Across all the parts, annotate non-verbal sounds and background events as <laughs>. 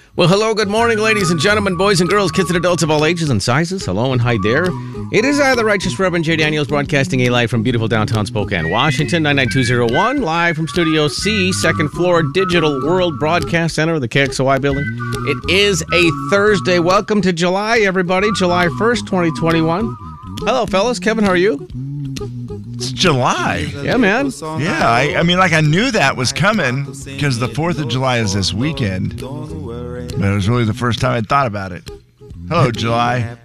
Well, hello, good morning, ladies and gentlemen, boys and girls, kids and adults of all ages and sizes. Hello and hi there. It is I, the Righteous Reverend Jay Daniels, broadcasting a live from beautiful downtown Spokane, Washington, 99201, live from Studio C, second floor, Digital World Broadcast Center, the KXOI building. It is a Thursday. Welcome to July, everybody, July 1st, 2021. Hello, fellas. Kevin, how are you? It's July. Yeah, man. Yeah, I, I mean, like I knew that was coming because the 4th of July is this weekend. But it was really the first time I'd thought about it. Hello, July.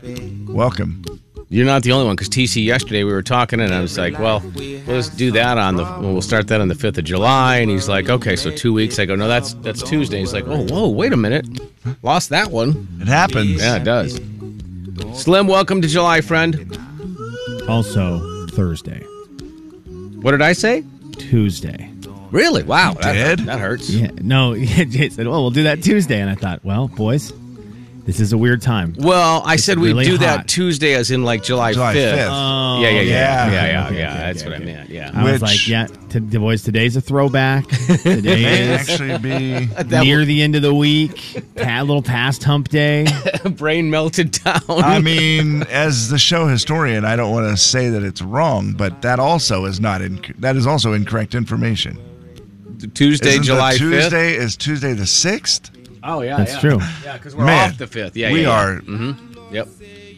Welcome. You're not the only one because TC yesterday we were talking and I was like, well, let's do that on the well, we'll start that on the 5th of July and he's like, okay, so two weeks. I go, no, that's that's Tuesday. He's like, oh, whoa, wait a minute, lost that one. It happens. Yeah, it does. Slim, welcome to July, friend. Also, Thursday, What did I say? Tuesday. Really? Wow, that, did? that hurts. Yeah, no, <laughs> Jay said, well, we'll do that Tuesday. And I thought, well, boys, this is a weird time. Well, I said we would really do that hot. Tuesday, as in like July, July 5th. 5th. Oh, yeah, yeah, yeah, yeah, yeah, yeah. yeah. yeah, Okay, okay, That's okay, what I okay. meant. Yeah. <laughs> I was Which- like, yeah, to, the boys, today's a throwback. May Today is actually be. near the end of the week, pat, little past <laughs> hump day. Brain melted down. I mean, as the show historian, I don't want to say that it's wrong, but that also is not inc- that is also incorrect information. <laughs> Tuesday, Isn't the July 5th. Tuesday is Tuesday the sixth. Oh yeah, That's yeah. true. Yeah, because we're Man, off the fifth. Yeah, we yeah, yeah. are Yep.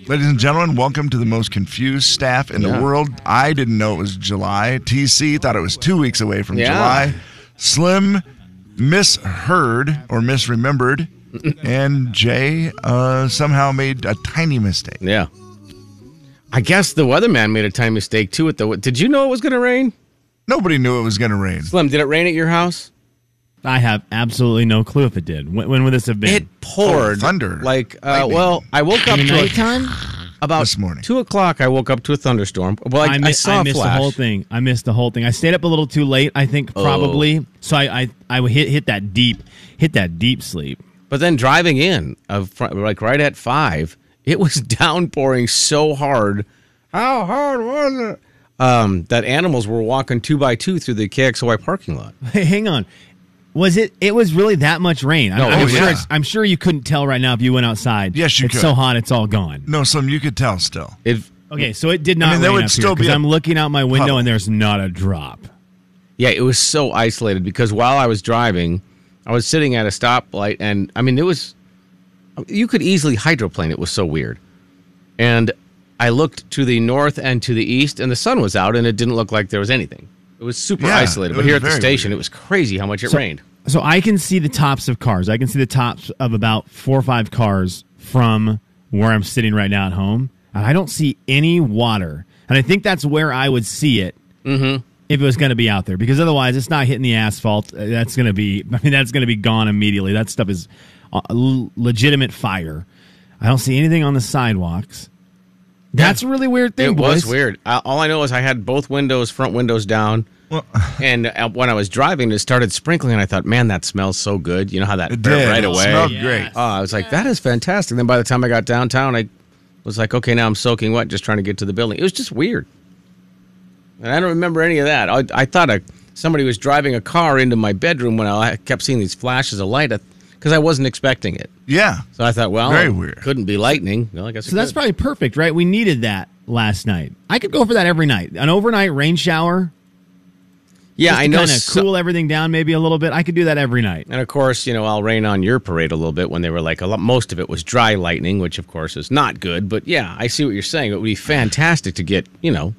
Ladies and gentlemen, welcome to the most confused staff in Yeah. the world. I didn't know it was July. TC thought it was two weeks away from Yeah. July. Slim misheard or <laughs> misremembered. and Jay uh, somehow made a tiny mistake. Yeah. I guess the weatherman made a time mistake too. At the did you know it was going to rain? Nobody knew it was going to rain. Slim, did it rain at your house? I have absolutely no clue if it did. When, when would this have been? It poured Oh, thunder. Like, uh, Lightning. well, I woke up to a, nighttime? about This morning. two o'clock. I woke up to a thunderstorm. Well, I, I, I, mi- saw I a missed flash. Oh. the whole thing. I missed the whole thing. I stayed up a little too late, I think, probably. So I, I, I would hit hit that deep, hit that deep sleep. But then driving in, of fr- like right at five, it was <laughs> downpouring so hard. How hard was it? Um, that animals were walking two by two through the KXOY parking lot. Hey, hang on. Was it? It was really that much rain? I'm, No, I'm it was- sure. oh, yeah. it's- I'm sure you couldn't tell right now if you went outside. Yes, you It's could. so hot, it's all gone. No, Slim, you could tell still. It Okay, so it did not. mean, there rain would up still here, be 'cause a I'm looking out my window puddle. and there's not a drop. Yeah, it was so isolated because while I was driving, I was sitting at a stoplight, and I mean, it was you could easily hydroplane. It was so weird. And I looked to the north and to the east, and the sun was out, and it didn't look like there was anything. It was super Yeah, isolated. it But was here at the very station, weird. it was crazy how much it rained. So I can see the tops of cars. I can see the tops of about four or five cars from where I'm sitting right now at home. And I don't see any water. And I think that's where I would see it Mm-hmm. if it was going to be out there because otherwise it's not hitting the asphalt. Uh, That's going to be, <laughs> I mean, that's going to be gone immediately. That stuff is uh, l- legitimate fire. I don't see anything on the sidewalks. That's a really weird thing, It was boys. weird. I, all I know is I had both windows, front windows down. Well, And uh, when I was driving, it started sprinkling, and I thought, man, that smells so good. You know how that it did. right It away. smelled great. Oh, I was like, that is fantastic. Then by the time I got downtown, I was like, okay, now I'm soaking wet just trying to get to the building. It was just weird. And I don't remember any of that. I, I thought a, somebody was driving a car into my bedroom when I kept seeing these flashes of light because I wasn't expecting it. Yeah. So I thought, well, Very it weird. couldn't be lightning. Well, I guess it So that's could. probably perfect, right? We needed that last night. I could go for that every night. An overnight rain shower, yeah, just I to know. Kind of so- cool everything down maybe a little bit. I could do that every night. and of course, you know, I'll rain on your parade a little bit when they were like, a lot, most of it was dry lightning, which of course is not good. But yeah, I see what you're saying. It would be fantastic to get, you know,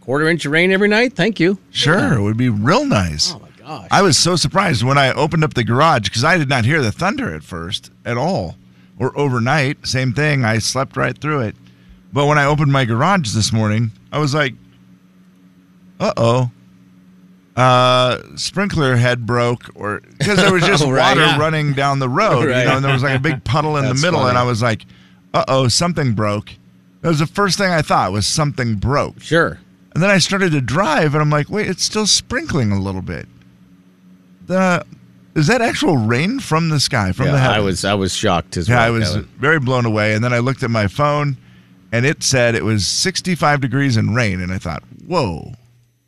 quarter inch of rain every night. Thank you. Sure. It would be real nice. Oh, my God. gosh. I was so surprised when I opened up the garage because I did not hear the thunder at first at all, or overnight. Same thing. I slept right through it. But when I opened my garage this morning, I was like, "Uh oh." Uh, sprinkler head broke, or because there <laughs> was just Oh, right, water yeah. running down the road, you Right. know, and there was like a big puddle in the That's middle, funny. and I was like, "Uh oh, something broke." That was the first thing I thought was something broke. Sure. And then I started to drive, and I'm like, wait, it's still sprinkling a little bit. The is that actual rain from the sky from Yeah, the heavens? I was I was shocked as yeah, well. I was Kevin. very blown away. And then I looked at my phone, and it said it was 65 degrees and rain, and I thought, whoa,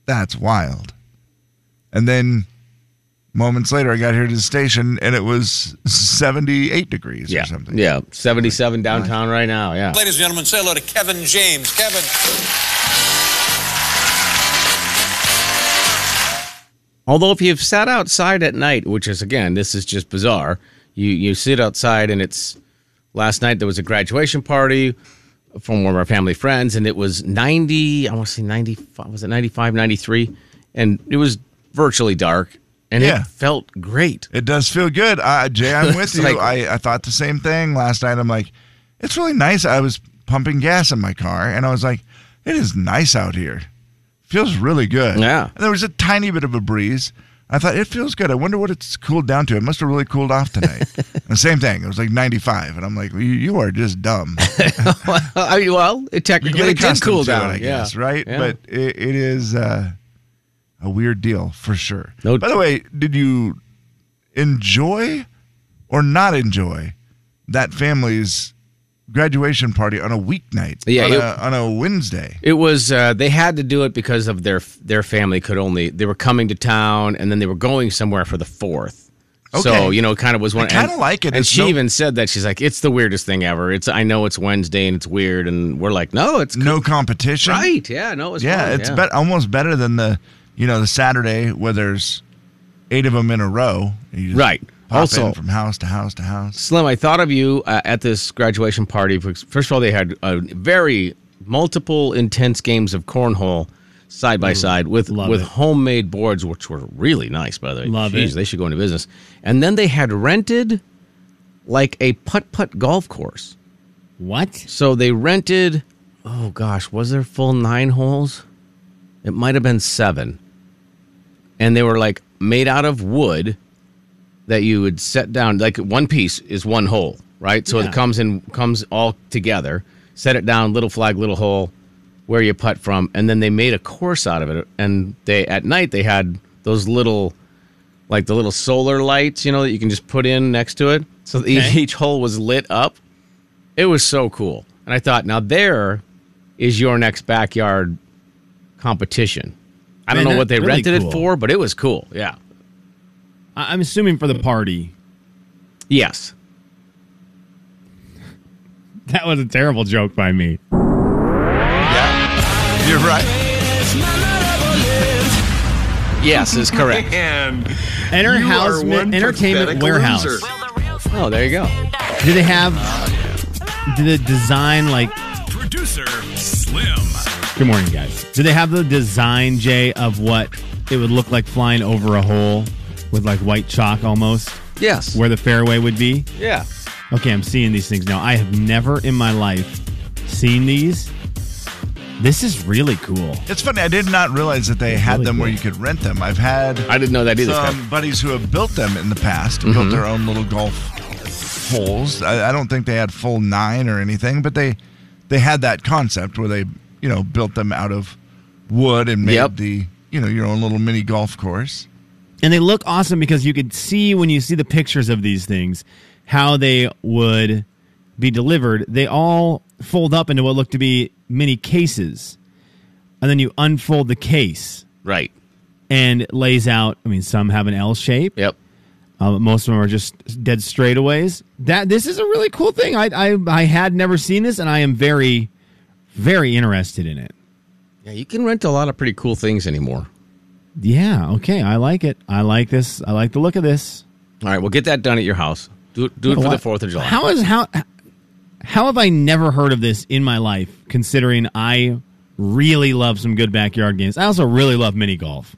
that's wild. And then moments later, I got here to the station, and it was 78 degrees yeah. or something. Yeah, 77 downtown right now. Yeah. Ladies and gentlemen, say hello to Kevin James. Kevin. Although if you've sat outside at night, which is again, this is just bizarre. You you sit outside and it's last night there was a graduation party from one of our family friends and it was 90, I want to say 95, was it 95, 93 and it was virtually dark and Yeah. it felt great. <laughs> It does feel good. Uh, Jay, I'm with It's you. like- I, I thought the same thing last night. I'm like, it's really nice. I was pumping gas in my car and I was like, it is nice out here. Feels really good. Yeah. And there was a tiny bit of a breeze. I thought, it feels good. I wonder what it's cooled down to. It must have really cooled off <laughs> tonight. and the same thing. It was like 95. And I'm like, well, you, you are just <laughs> dumb. I mean, well, it You technically get it did accustomed cool to it, down, I yeah. guess, right? Yeah. But it, it is uh, a weird deal for sure. No- By the way, did you enjoy or not enjoy that family's graduation party on a weeknight? Yeah, on, it- a, on a Wednesday. It was uh, they had to do it because of their their family could only they were coming to town and then they were going somewhere for the fourth. So Okay. you know, it kind of was one. I kinda and- like it. And It's she no- even said that she's like, "It's the weirdest thing ever." It's I know it's Wednesday and it's weird, and we're like, "No, it's No competition. right." Oh, Yeah, no, it's Yeah, fine, it's bet- almost better than the you know the Saturday where there's eight of them in a row. and you just Right. pop Also- in from house to house to house. Slim, I thought of you uh, at this graduation party. because First of all, they had a very multiple intense games of cornhole side by side with Mm. love with it. homemade boards, which were really nice, by the way. Love Jeez, it. They should go into business. And then they had rented like a putt putt golf course. What? So they rented. Oh gosh, was there full nine holes? It might have been seven. And they were like made out of wood that you would set down. Like one piece is one hole, right? So Yeah. it comes in, comes all together. Set it down, little flag, little hole, where you putt from, and then they made a course out of it. And they at night they had those little, like the little solar lights, you know, that you can just put in next to it. So that each- Okay. <laughs> each hole was lit up. It was so cool. And I thought, now there is your next backyard competition. I don't Man, know what they that's really rented cool. it for, but it was cool. Yeah. I- I'm assuming for the party. <laughs> Yes. That was a terrible joke by me. You're right. Yes is <laughs> correct. And Enter You are house, one entertainment pathetic warehouse. loser. oh, there you go. Do they have? Do the design like? Producer Slim. Good morning, guys. Do they have the design, Jay, of what it would look like flying over a hole with like white chalk almost, Yes. where the fairway would be? yeah. Okay, I'm seeing these things now. I have never in my life seen these. This is really cool. It's funny. I did not realize that they had really them where cool. you could rent them. I've had I didn't know that either. Scott. some buddies who have built them in the past, Mm-hmm. built their own little golf holes. I, I don't think they had full nine or anything, but they they had that concept where they you know built them out of wood and made Yep. the you know your own little mini golf course. And they look awesome because you could see when you see the pictures of these things how they would be delivered. They all fold up into what look to be mini cases. And then you unfold the case Right. and it lays out, I mean, some have an L shape. Yep. Uh, most of them are just dead straightaways. That this is a really cool thing. I, I I had never seen this, and I am very, very interested in it. Yeah, you can rent a lot of pretty cool things anymore. Yeah. Okay. I like it. I like this. I like the look of this. All right, well, get that done at your house. Do it, do it for the What? Fourth of July. How is how how have I never heard of this in my life? Considering I really love some good backyard games. I also really love mini golf.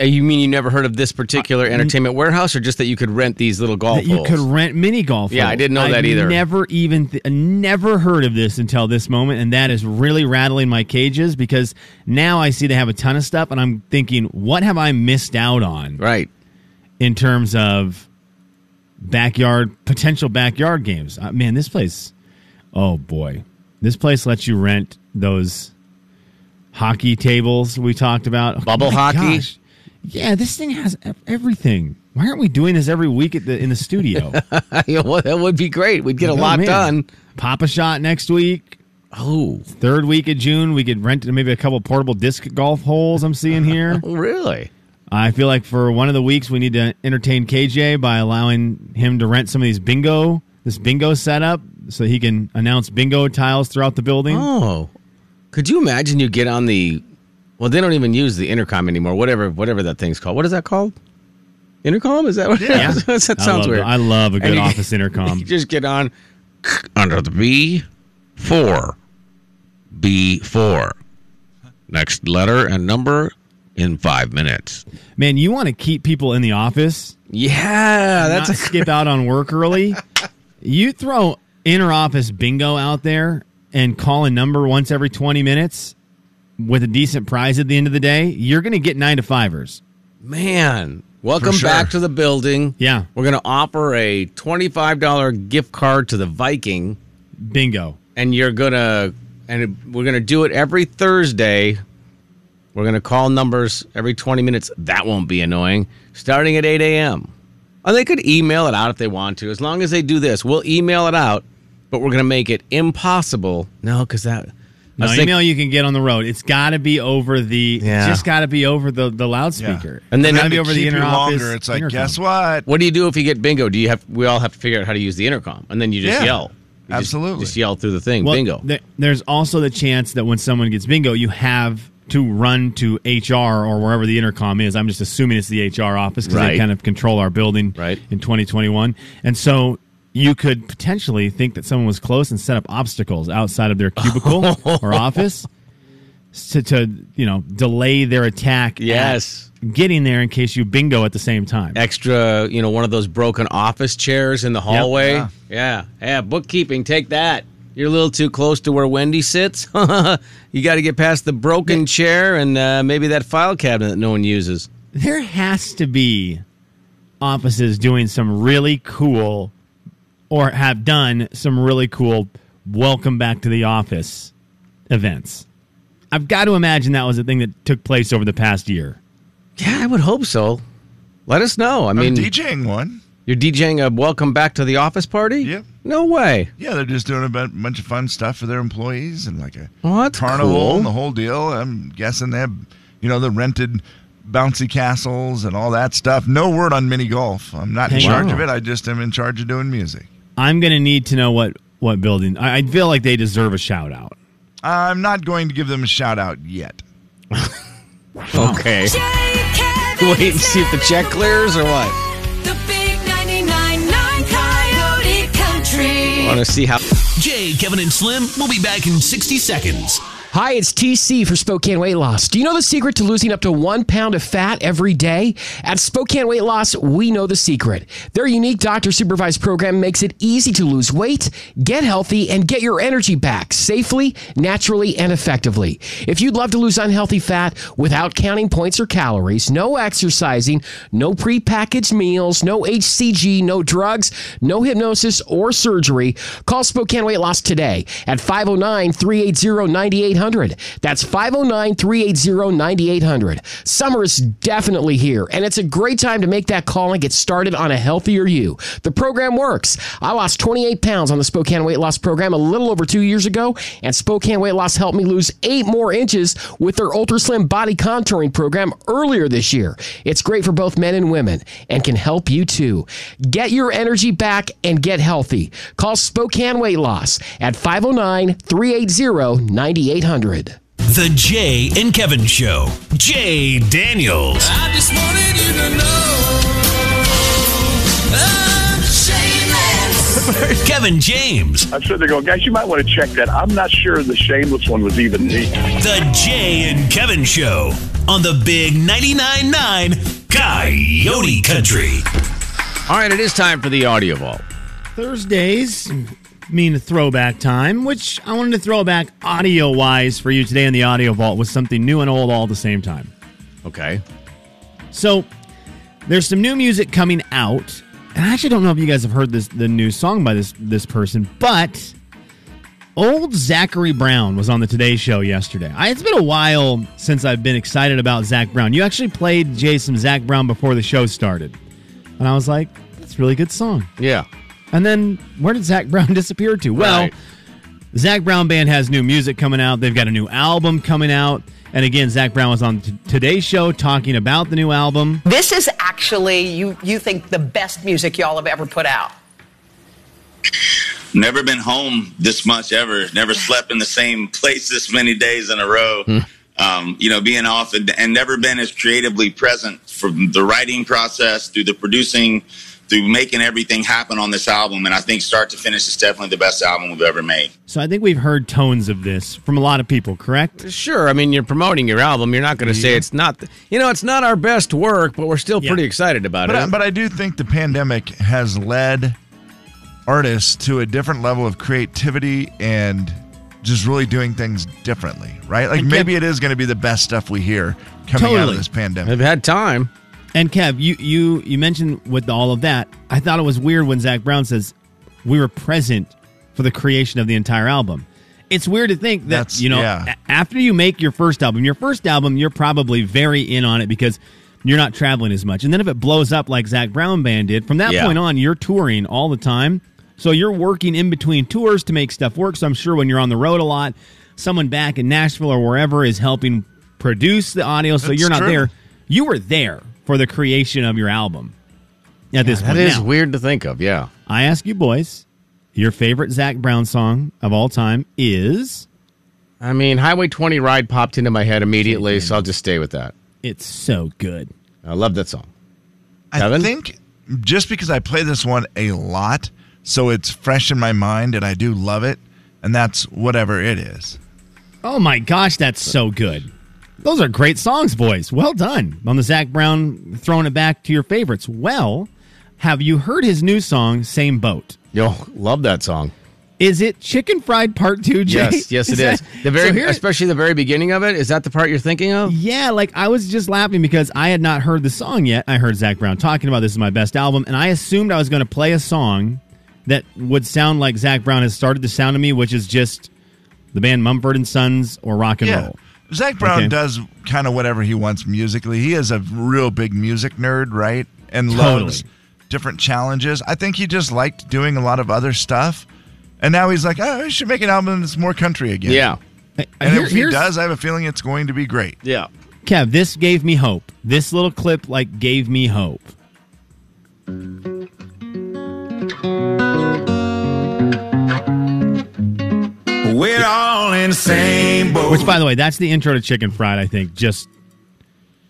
Uh, You mean you never heard of this particular entertainment warehouse, or just that you could rent these little golf Uh, that you holes? could rent mini golf. Yeah, I holes. didn't know I've that either. Never even th- uh, never heard of this until this moment, and that is really rattling my cages because now I see they have a ton of stuff, and I'm thinking, what have I missed out on right. <laughs> in terms of backyard potential backyard games? Uh, man, this place, oh boy, this place lets you rent those hockey tables we talked about. Oh, Bubble my hockey? gosh. Yeah, this thing has ev- everything. Why aren't we doing this every week at the in the studio? <laughs> Yeah, well, that would be great. We'd get a Oh, lot man. done. Pop a shot next week. Oh, Third week of June, we could rent maybe a couple portable disc golf holes. I'm <laughs> seeing here. really? I feel like for one of the weeks, we need to entertain KJ by allowing him to rent some of these bingo, this bingo setup, so he can announce bingo tiles throughout the building. Oh, could you imagine? You get on the well, they don't even use the intercom anymore. Whatever, whatever that thing's called. What is that called? Intercom? Is that what? Yeah, <laughs> that sounds I love, weird. I love a And good you- office <laughs> intercom. You just get on. under the B, four, B four. Next letter and number in five minutes. Man, you want to keep people in the office, Yeah, that's that's not a, skip out on <laughs> work early. You throw inner office bingo out there and call a number once every 20 minutes with a decent prize at the end of the day, you're going to get nine to fivers. man. Welcome sure. back to the building. Yeah. we're gonna offer a twenty-five dollar gift card to the Viking. Bingo. and you're gonna and it- we're gonna do it every Thursday. We're gonna call numbers every 20 minutes. That won't be annoying. Starting at 8 a.m. And Oh, they could email it out if they want to. As long as they do this, we'll email it out, but we're gonna make it impossible. No, because that I No was email you can get on the road. It's got to be over the. Yeah. It's just got to be over the the loudspeaker. Yeah. And then It's gotta to be over the Keep you inner office. longer. It's like, intercom. guess what? What do you do if you get bingo? Do you have we all have to figure out how to use the intercom? And then you just Yeah, yell. You just- absolutely. Just, yell through the thing. Well, bingo. there- there's also the chance that when someone gets bingo, you have to run to HR or wherever the intercom is. I'm just assuming it's the HR office because they Right. kind of control our building Right. in 2021. And so you could potentially think that someone was close and set up obstacles outside of <laughs> their cubicle or office to, to you know delay their attack. at Yes. getting there in case you bingo at the same time. extra, you know, one of those broken office chairs in the hallway. yeah. yeah. yeah. bookkeeping, take that. You're a little too close to where Wendy sits. <laughs> you got to get past the broken chair and uh, maybe that file cabinet that no one uses. there has to be offices doing some really cool or have done some really cool welcome back to the office events. I've got to imagine that was a thing that took place over the past year. Yeah, I would hope so. Let us know. I I'm mean, DJing one. you're DJing a welcome back to the office party? Yep. No way. Yeah, they're just doing a bu- bunch of fun stuff for their employees and like a Well, that's carnival cool. and the whole deal. I'm guessing they have, you know, the rented bouncy castles and all that stuff. No word on mini golf. I'm not in Hey, charge wow. of it. I just am in charge of doing music. I'm going to need to know what what building. I, I feel like they deserve a shout out. I'm not going to give them a shout out yet. <laughs> Okay. Wait and see if the check clears or what. The big 99.9 Coyote Country. Want to see how. Jay, Kevin, and Slim will be back in 60 seconds. Hi, it's TC for Spokane Weight Loss. Do you know the secret to losing up to one pound of fat every day? At Spokane Weight Loss, we know the secret. Their unique doctor supervised program makes it easy to lose weight, get healthy, and get your energy back safely, naturally, and effectively. If you'd love to lose unhealthy fat without counting points or calories, no exercising, no prepackaged meals, no HCG, no drugs, no hypnosis or surgery, call Spokane Weight Loss today at 509 380 9800. That's 509 380 9800. Summer is definitely here, and it's a great time to make that call and get started on a healthier you. The program works. I lost 28 pounds on the Spokane Weight Loss Program a little over two years ago, and Spokane Weight Loss helped me lose eight more inches with their Ultra Slim Body Contouring Program earlier this year. It's great for both men and women and can help you too. Get your energy back and get healthy. Call Spokane Weight Loss at 509 380 9800. The Jay and Kevin Show. Jay Daniels. I just wanted you to know. I'm shameless. Kevin James. I'm sure they're going, guys, you might want to check that. I'm not sure the shameless one was even me. The Jay and Kevin Show. on the big 99.9 9 Coyote Country. All right, it is time for the audio vault. Thursdays mean throwback time, which I wanted to throw back audio wise for you today in the audio vault with something new and old all at the same time. Okay. So there's some new music coming out, and I actually don't know if you guys have heard this the new song by this this person, but old Zachary Brown was on the Today Show yesterday. I, it's been a while since I've been excited about Zach Brown. You actually played Jay some Zach Brown before the show started, and I was like, that's a really good song. Yeah. And then where did Zach Brown <laughs> disappear to? Well, the Zach Brown Band has new music coming out. They've got a new album coming out. And again, Zach Brown was on t- today's show talking about the new album. This is actually, you, you think, the best music y'all have ever put out. Never been home this much ever. Never slept in the same place this many days in a row. Um, you know, being off and, and never been as creatively present from the writing process through the producing, through making everything happen on this album. And I think start to finish is definitely the best album we've ever made. So I think we've heard tones of this from a lot of people, correct? Sure. I mean, you're promoting your album. You're not going to say it's not, th- you know, it's not our best work, but we're still pretty excited about But it. I, but I do think the pandemic has led artists to a different level of creativity and just really doing things differently, right? Like And Kev- maybe it is going to be the best stuff we hear coming out Totally. of this pandemic. I've had time. And Kev, you you you mentioned with all of that, I thought it was weird when Zach Brown says we were present for the creation of the entire album. It's weird to think that That's- you know yeah. a- after you make your first album, your first album, you're probably very in on it because you're not traveling as much. And then if it blows up like Zach Brown Band did, from that Yeah. point on, you're touring all the time. So you're working in between tours to make stuff work. So I'm sure when you're on the road a lot, someone back in Nashville or wherever is helping produce the audio. So That's you're not true. there. You were there for the creation of your album. At this That point, is Now, weird to think of. Yeah. I ask you boys, your favorite Zach Brown song of all time is I mean, Highway 20 Ride popped into my head immediately, so I'll just stay with that. It's so good. I love that song. I think just because I play this one a lot, so it's fresh in my mind and I do love it, and that's whatever it is. Oh my gosh, that's so good. Those are great songs, boys. Well done on the Zach Brown throwing it back to your favorites. Well, have you heard his new song, Same Boat? Yo, love that song. Is it Chicken Fried Part 2, Jay? <laughs> Yes, <laughs> yes, it is. that- The So very, here- especially the very beginning of it. Is that the part you're thinking of? Yeah, like I was just laughing because I had not heard the song yet. I heard Zach Brown talking about this is my best album, and I assumed I was going to play a song that would sound like Zach Brown has started to sound to me, which is just the band Mumford and Sons or rock and roll. Zach Brown Okay. does kind of whatever he wants musically. He is a real big music nerd, right? And Totally. loves different challenges. I think he just liked doing a lot of other stuff. And now he's like, oh, I should make an album that's more country again. Yeah. And Here- if he here's- does, I have a feeling it's going to be great. Yeah. Kev, this gave me hope. This little clip like gave me hope. We're all in the same boat. Which, by the way, that's the intro to Chicken Fried. I think just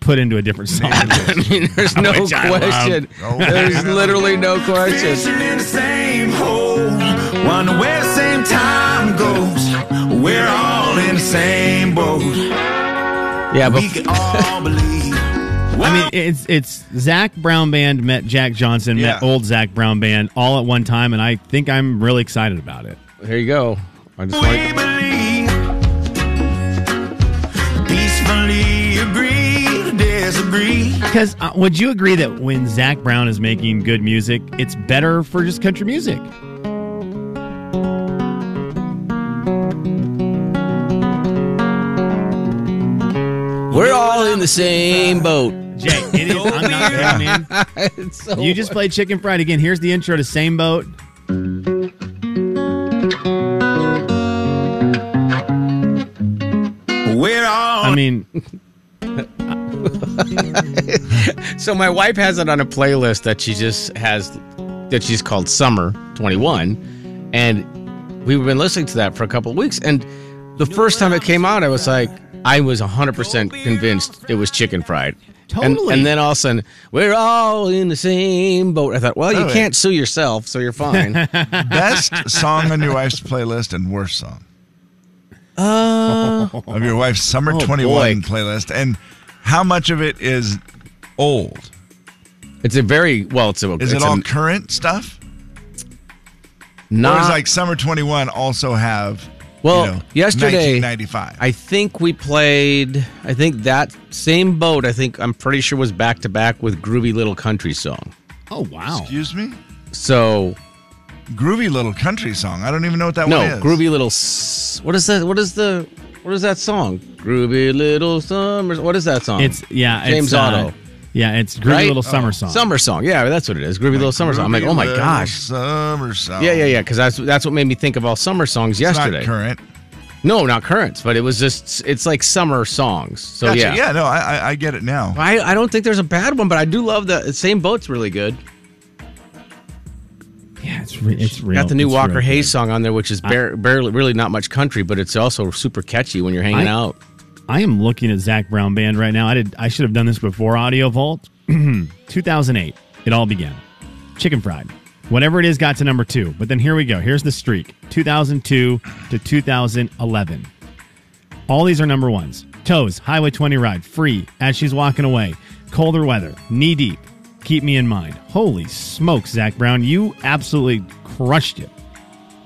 put into a different song. I mean, <laughs> there's no Which I love. question. <laughs> <laughs> Oh, There's yeah. literally no question. Fishing in the same hole. Wonder where the same time goes. We're all in the same boat. Yeah, but We can all believe. <laughs> I mean, it's it's Zach Brown Band met Jack Johnson met old Zach Brown Band all at one time, and I think I'm really excited about it. There you go. I just We believe. Peacefully agree to disagree. Because uh, would you agree that when Zach Brown is making good music, it's better for just country music? We're all in the same boat. Jay, it is. I'm not kidding, <laughs> man. you just played Chicken Fried again. Here's the intro to Same Boat. We're all. <laughs> I mean, So my wife has it on a playlist that she just has that she's called Summer 21 and we've been listening to that for a couple of weeks and the first time it came out I was like I was 100% convinced it was chicken fried. And- And, Totally. then all of a sudden, we're all in the same boat. I thought, well, you can't sue yourself, so you're fine. <laughs> Best song on your wife's playlist and worst song uh, of your wife's Summer Oh, 21 playlist. And how much of it is old? It's a very well. It's a. Is it's it all a- current stuff? or Not- is like Summer 21 also have Well, you know, yesterday, 1995. I think we played. I think that same boat. I think I'm pretty sure was back to back with Groovy Little Country song. Oh wow. Excuse me? So Groovy Little Country song. I don't even know what that no, one is. Groovy Little. S- What is that? What is the? What is that song? Groovy Little Summer. What is that song? It's yeah, James it's, Otto. uh, yeah, it's groovy right? Oh, little summer song. Summer song. Yeah, that's what it is. Groovy Little Summer song. I'm like, oh my Groovy gosh. Little Summer song. Yeah, yeah, yeah. Because that's that's what made me think of all summer songs It's not yesterday. current. No, not current. But it was just it's like summer songs. So Gotcha. yeah, yeah, no, I, I I get it now. I, I don't think there's a bad one, but I do love the same boat's really good. Yeah, it's re- it's real. Got the new It's Walker real Hayes song on there, which is bare, barely really not much country, but it's also super catchy when you're hanging I- out. good. I am looking at Zach Brown Band right now. I did. I should have done this before Audio Vault. <clears throat> 2008. It all began. Chicken fried. Whatever it is, got to number two. But then here we go. Here's the streak. 2002 to 2011. All these are number ones. Toes, Highway 20 ride, free, as she's walking away. Colder weather, knee deep, keep me in mind. Holy smokes, Zach Brown, you absolutely crushed it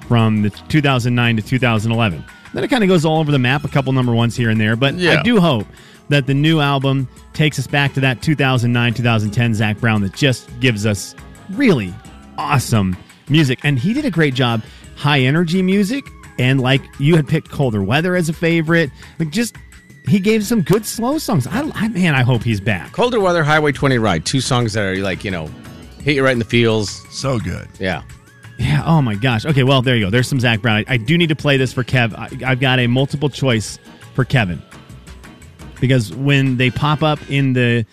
from the 2009 to 2011. Then it kind of goes all over the map, a couple number ones here and there, but I Yeah. do hope that the new album takes us back to that 2009 2010 Zach Brown that just gives us really awesome music. And he did a great job, high energy music. And like you had picked Colder Weather as a favorite, like just he gave some good slow songs. I, I man, I hope he's back. Colder weather, Highway 20 ride, two songs that are like you know, hit you right in the feels. So good. Yeah. Yeah. Oh my gosh. Okay. Well, there you go. There's some Zach Brown. I, I do need to play this for Kev. I, I've got a multiple choice for Kevin because when they pop up in the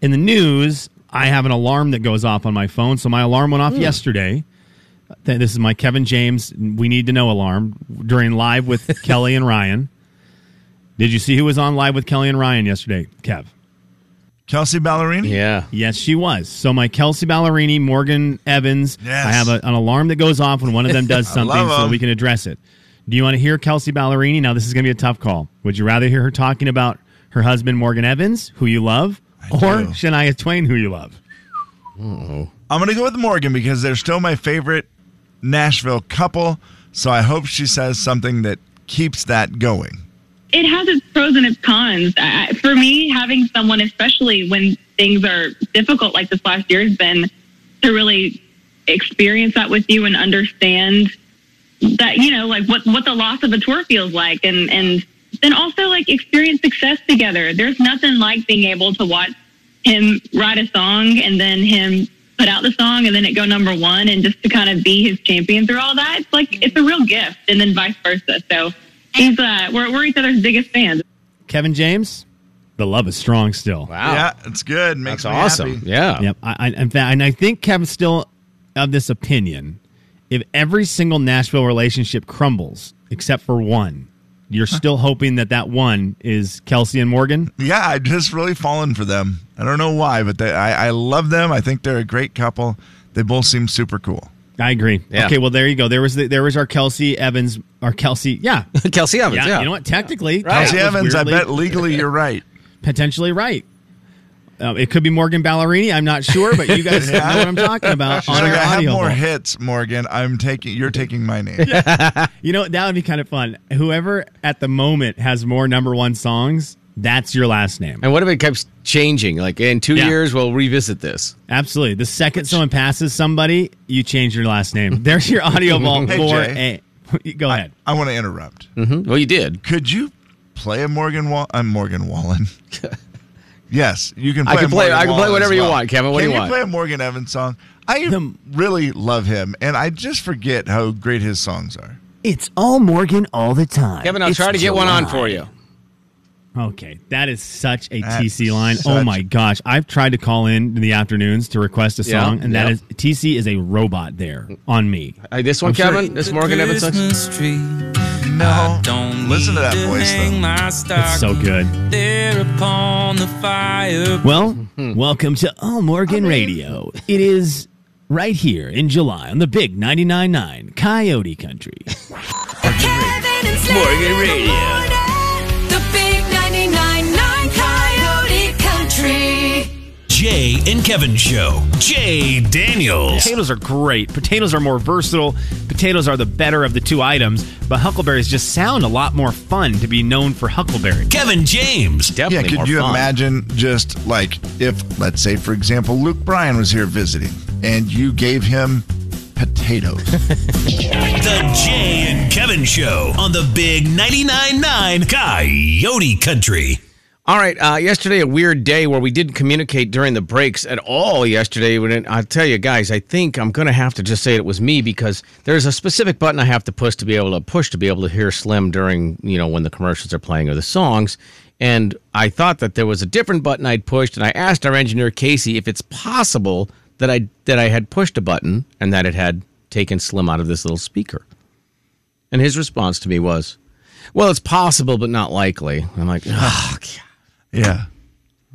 in the news, I have an alarm that goes off on my phone. So my alarm went off Hmm. yesterday. Th- This is my Kevin James "We Need to Know" alarm during live with Kelly and Ryan. Did you see who was on live with Kelly and Ryan yesterday, Kev? Kelsey Ballerini? Yeah. Yes, she was. So my Kelsey Ballerini, Morgan Evans. Yes. I have a, an alarm that goes off when one of them does <laughs> I something love so that 'em. we can address it. Do you want to hear Kelsey Ballerini? Now, this is going to be a tough call. Would you rather hear her talking about her husband, Morgan Evans, who you love, or do. Shania Twain, who you love? I'm going to go with Morgan because they're still my favorite Nashville couple. So I hope she says something that keeps that going. it has its pros and its cons. I, I- for me, having someone, especially when things are difficult like this last year has been, to really experience that with you and understand that you know like what what the loss of a tour feels like, and and then also like experience success together. There's nothing like being able to watch him write a song and then him put out the song and then it go number one and just to kind of be his champion through all that it's like it's a real gift and then vice versa so he's uh we're, we're each other's biggest fans Kevin James, the love is strong still. Wow. Yeah, it's good. Makes me happy. Yeah. Yep. I, I, in fact, and I think Kevin's still of this opinion. If every single Nashville relationship crumbles except for one, you're still hoping that that one is Kelsey and Morgan. Yeah, I just really fallen for them. I don't know why, but they, I, I love them. I think they're a great couple. They both seem super cool. I agree. Okay, well there you go. There was the, there was our Kelsey Evans, our Kelsey, yeah, Kelsey Evans, <laughs> yeah. You know what? Technically, Kelsey that was Evans, I weirdly- bet <laughs> legally you're right. potentially right. Um, it could be Morgan Ballerini. I'm not sure, but <laughs> you guys Yeah. know what I'm talking about She's on like, our I have audio. more vault." hits, Morgan. I'm taking. You're taking my name. you know that would be kind of fun. Whoever at the moment has more number one songs, that's your last name. And what if it keeps changing? Like in two Yeah. years, we'll revisit this. Absolutely. The second someone passes somebody, you change your last name. There's your audio <laughs> vault Hey, for Jay. a. <laughs> Go ahead. I want to interrupt. Mm-hmm. Well, you did. Could you play a Morgan Wall? I'm Morgan <laughs> Wallen. yes, you can. I Play can a play- Morgan I can play Wallen as whatever you well. want, Kevin. What do Can you want? play a Morgan Evans song? I really love him, and I just forget how great his songs are. It's all Morgan all the time. Kevin, I'll It's try to get one on July. for you. Okay, that is such a That's TC line. Oh such- my gosh, I've tried to call in in the afternoons to request a Yeah, song, and that yeah. is TC is a robot there on me. Hey, this one, I'm sure- Kevin. This Morgan Evans. song? No, don't listen to that voice though. It's so good. There upon the fire. Well, <laughs> welcome to All Morgan Radio. It is right here in July on the Big 99.9 Coyote Country. Morgan Radio. The big 99.9 Coyote country. Jay and Kevin Show. Jay Daniels. Potatoes are great. Potatoes are more versatile. Potatoes are the better of the two items, but huckleberries just sound a lot more fun to be known for huckleberry. Kevin James. yeah, could you imagine just like if, let's say, for example, Luke Bryan was here visiting and you gave him potatoes? The Jay and Kevin Show on the Big 99.9 9 Coyote Country. All right. Uh, yesterday, a weird day where we didn't communicate during the breaks at all. Yesterday, when it- I tell you guys, I think I'm gonna have to just say it was me because there's a specific button I have to push to be able to push to be able to hear Slim during you know when the commercials are playing or the songs. And I thought that there was a different button I'd pushed, and I asked our engineer Casey if it's possible that I that I had pushed a button and that it had taken Slim out of this little speaker. And his response to me was, "Well, it's possible, but not likely." I'm like, "Ah, yeah,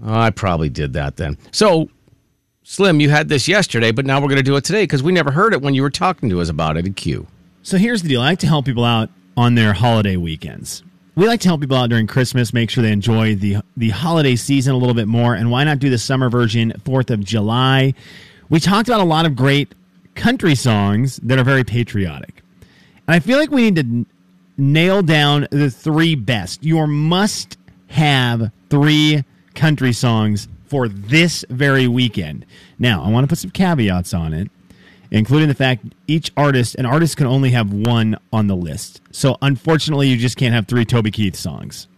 I probably did that then." So, Slim, you had this yesterday, but now we're going to do it today because we never heard it when you were talking to us about it at Q. So here's the deal. I like to help people out on their holiday weekends. We like to help people out during Christmas, make sure they enjoy the the holiday season a little bit more, and why not do the summer version, Fourth of July? We talked about a lot of great country songs that are very patriotic, and I feel like we need to n- nail down the three best, your must have three country songs for this very weekend. Now, I want to put some caveats on it including the fact each artist an artist can only have one on the list. So unfortunately, you just can't have three Toby Keith songs.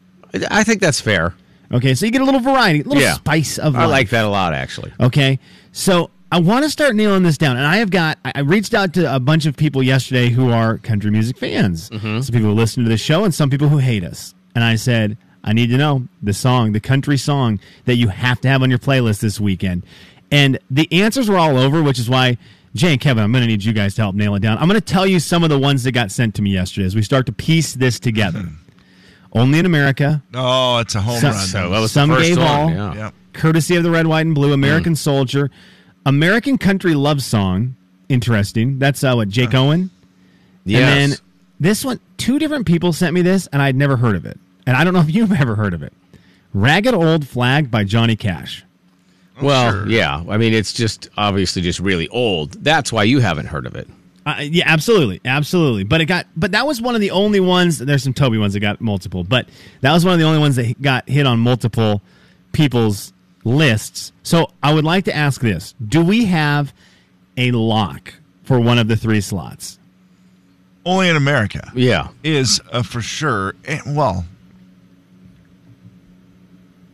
I think that's fair. Okay, so you get a little variety, a little Yeah. spice of I life. like that a lot, actually. Okay. So I want to start nailing this down. And I have got, I I reached out to a bunch of people yesterday who are country music fans. Mm-hmm. Some people who listen to the show and some people who hate us. And I said, I need to know the song, the country song that you have to have on your playlist this weekend. And the answers were all over, which is why, Jay and Kevin, I'm going to need you guys to help nail it down. I'm going to tell you some of the ones that got sent to me yesterday as we start to piece this together. Only in America, Oh, it's a Hmm. home some, run. some gave all, Yeah. courtesy of the red, white, and blue. American Soldier, American Country Love Song. Interesting. That's uh, what Jake Owen. And then Yes. this one, two different people sent me this, and I'd never heard of it. And I don't know if you've <laughs> ever heard of it. Ragged Old Flag by Johnny Cash. well, yeah. I mean, it's just obviously just really old. That's why you haven't heard of it. Uh, yeah, absolutely, absolutely. But it got, but that was one of the only ones. There's some Toby ones that got multiple, but that was one of the only ones that got hit on multiple people's lists. So I would like to ask this: Do we have a lock for one of the three slots? Only in America. Yeah. Is uh, for sure. And, well,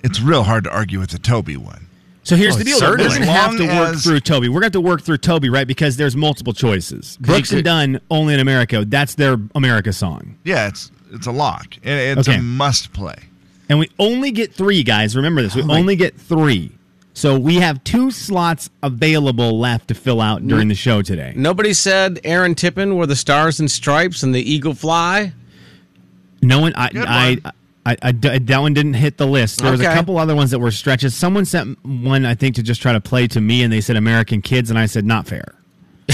it's real hard to argue with the Toby one. So here's Oh, the deal: though. We're certainly. gonna have to Long work as- through Toby. We're gonna have to work through Toby, right? Because there's multiple choices. Brooks and could- Dunn, only in America. That's their America song. Yeah, it's it's a lock. It, it's Okay. a must play. And we only get three, guys. Remember this. We only get three. So we have two slots available left to fill out during the show today. Nobody said Aaron Tippin were the stars and stripes and the eagle fly. No one, I, I, I, I, d- that one didn't hit the list. There was a Okay. couple other ones that were stretches. Someone sent one, I think, to just try to play to me, and they said American Kids, and I said, <laughs> not fair.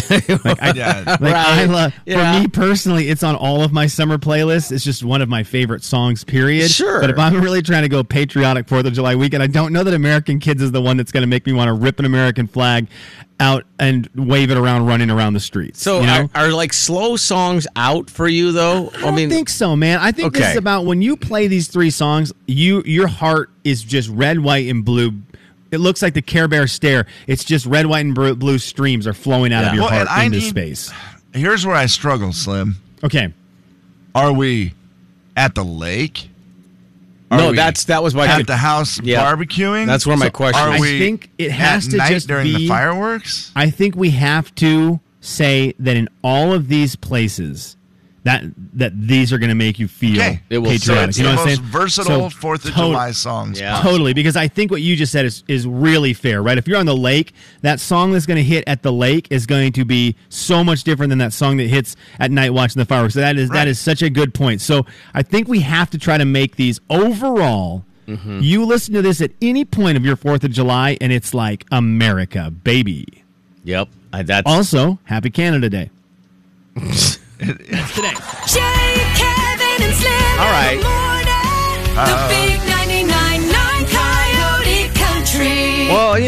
like I, Yeah. like I Right. love, Yeah. for me personally, it's on all of my summer playlists. It's just one of my favorite songs, period. Sure. But if I'm really trying to go patriotic Fourth of July weekend, I don't know that American Kids is the one that's going to make me want to rip an American flag out and wave it around, running around the streets. So you know? are, are like slow songs out for you though? I, I mean, don't think so, man. I think this Okay. is about when you play these three songs, you your heart is just red, white, and blue. It looks like the Care Bear stare. It's just red, white, and br- blue streams are flowing out of your Well, and heart I into need- space. Here's where I struggle, Slim. Okay. Are we at the lake? No, that's- that was my- at the house Yeah. barbecuing. That's where my question Are was. I we think it has at to night just during be- the fireworks. I think we have to say that in all of these places, that that these are going to make you feel Okay. It will patriotic. serve. you know It's what the I'm saying? most versatile So, Fourth of tot- July songs Yeah. possible. Totally, because I think what you just said is is really fair, right? If you're on the lake, that song that's going to hit at the lake is going to be so much different than that song that hits at night watching the fireworks. So that is that is such a good point. So I think we have to try to make these overall. You listen to this at any point of your Fourth of July, and it's like America, baby. Yep. I, that's Also, happy Canada Day. Jay, Kevin, and Slim. All Uh-huh. in the right. morning. The Uh, big 99.9 Coyote tree. Well, you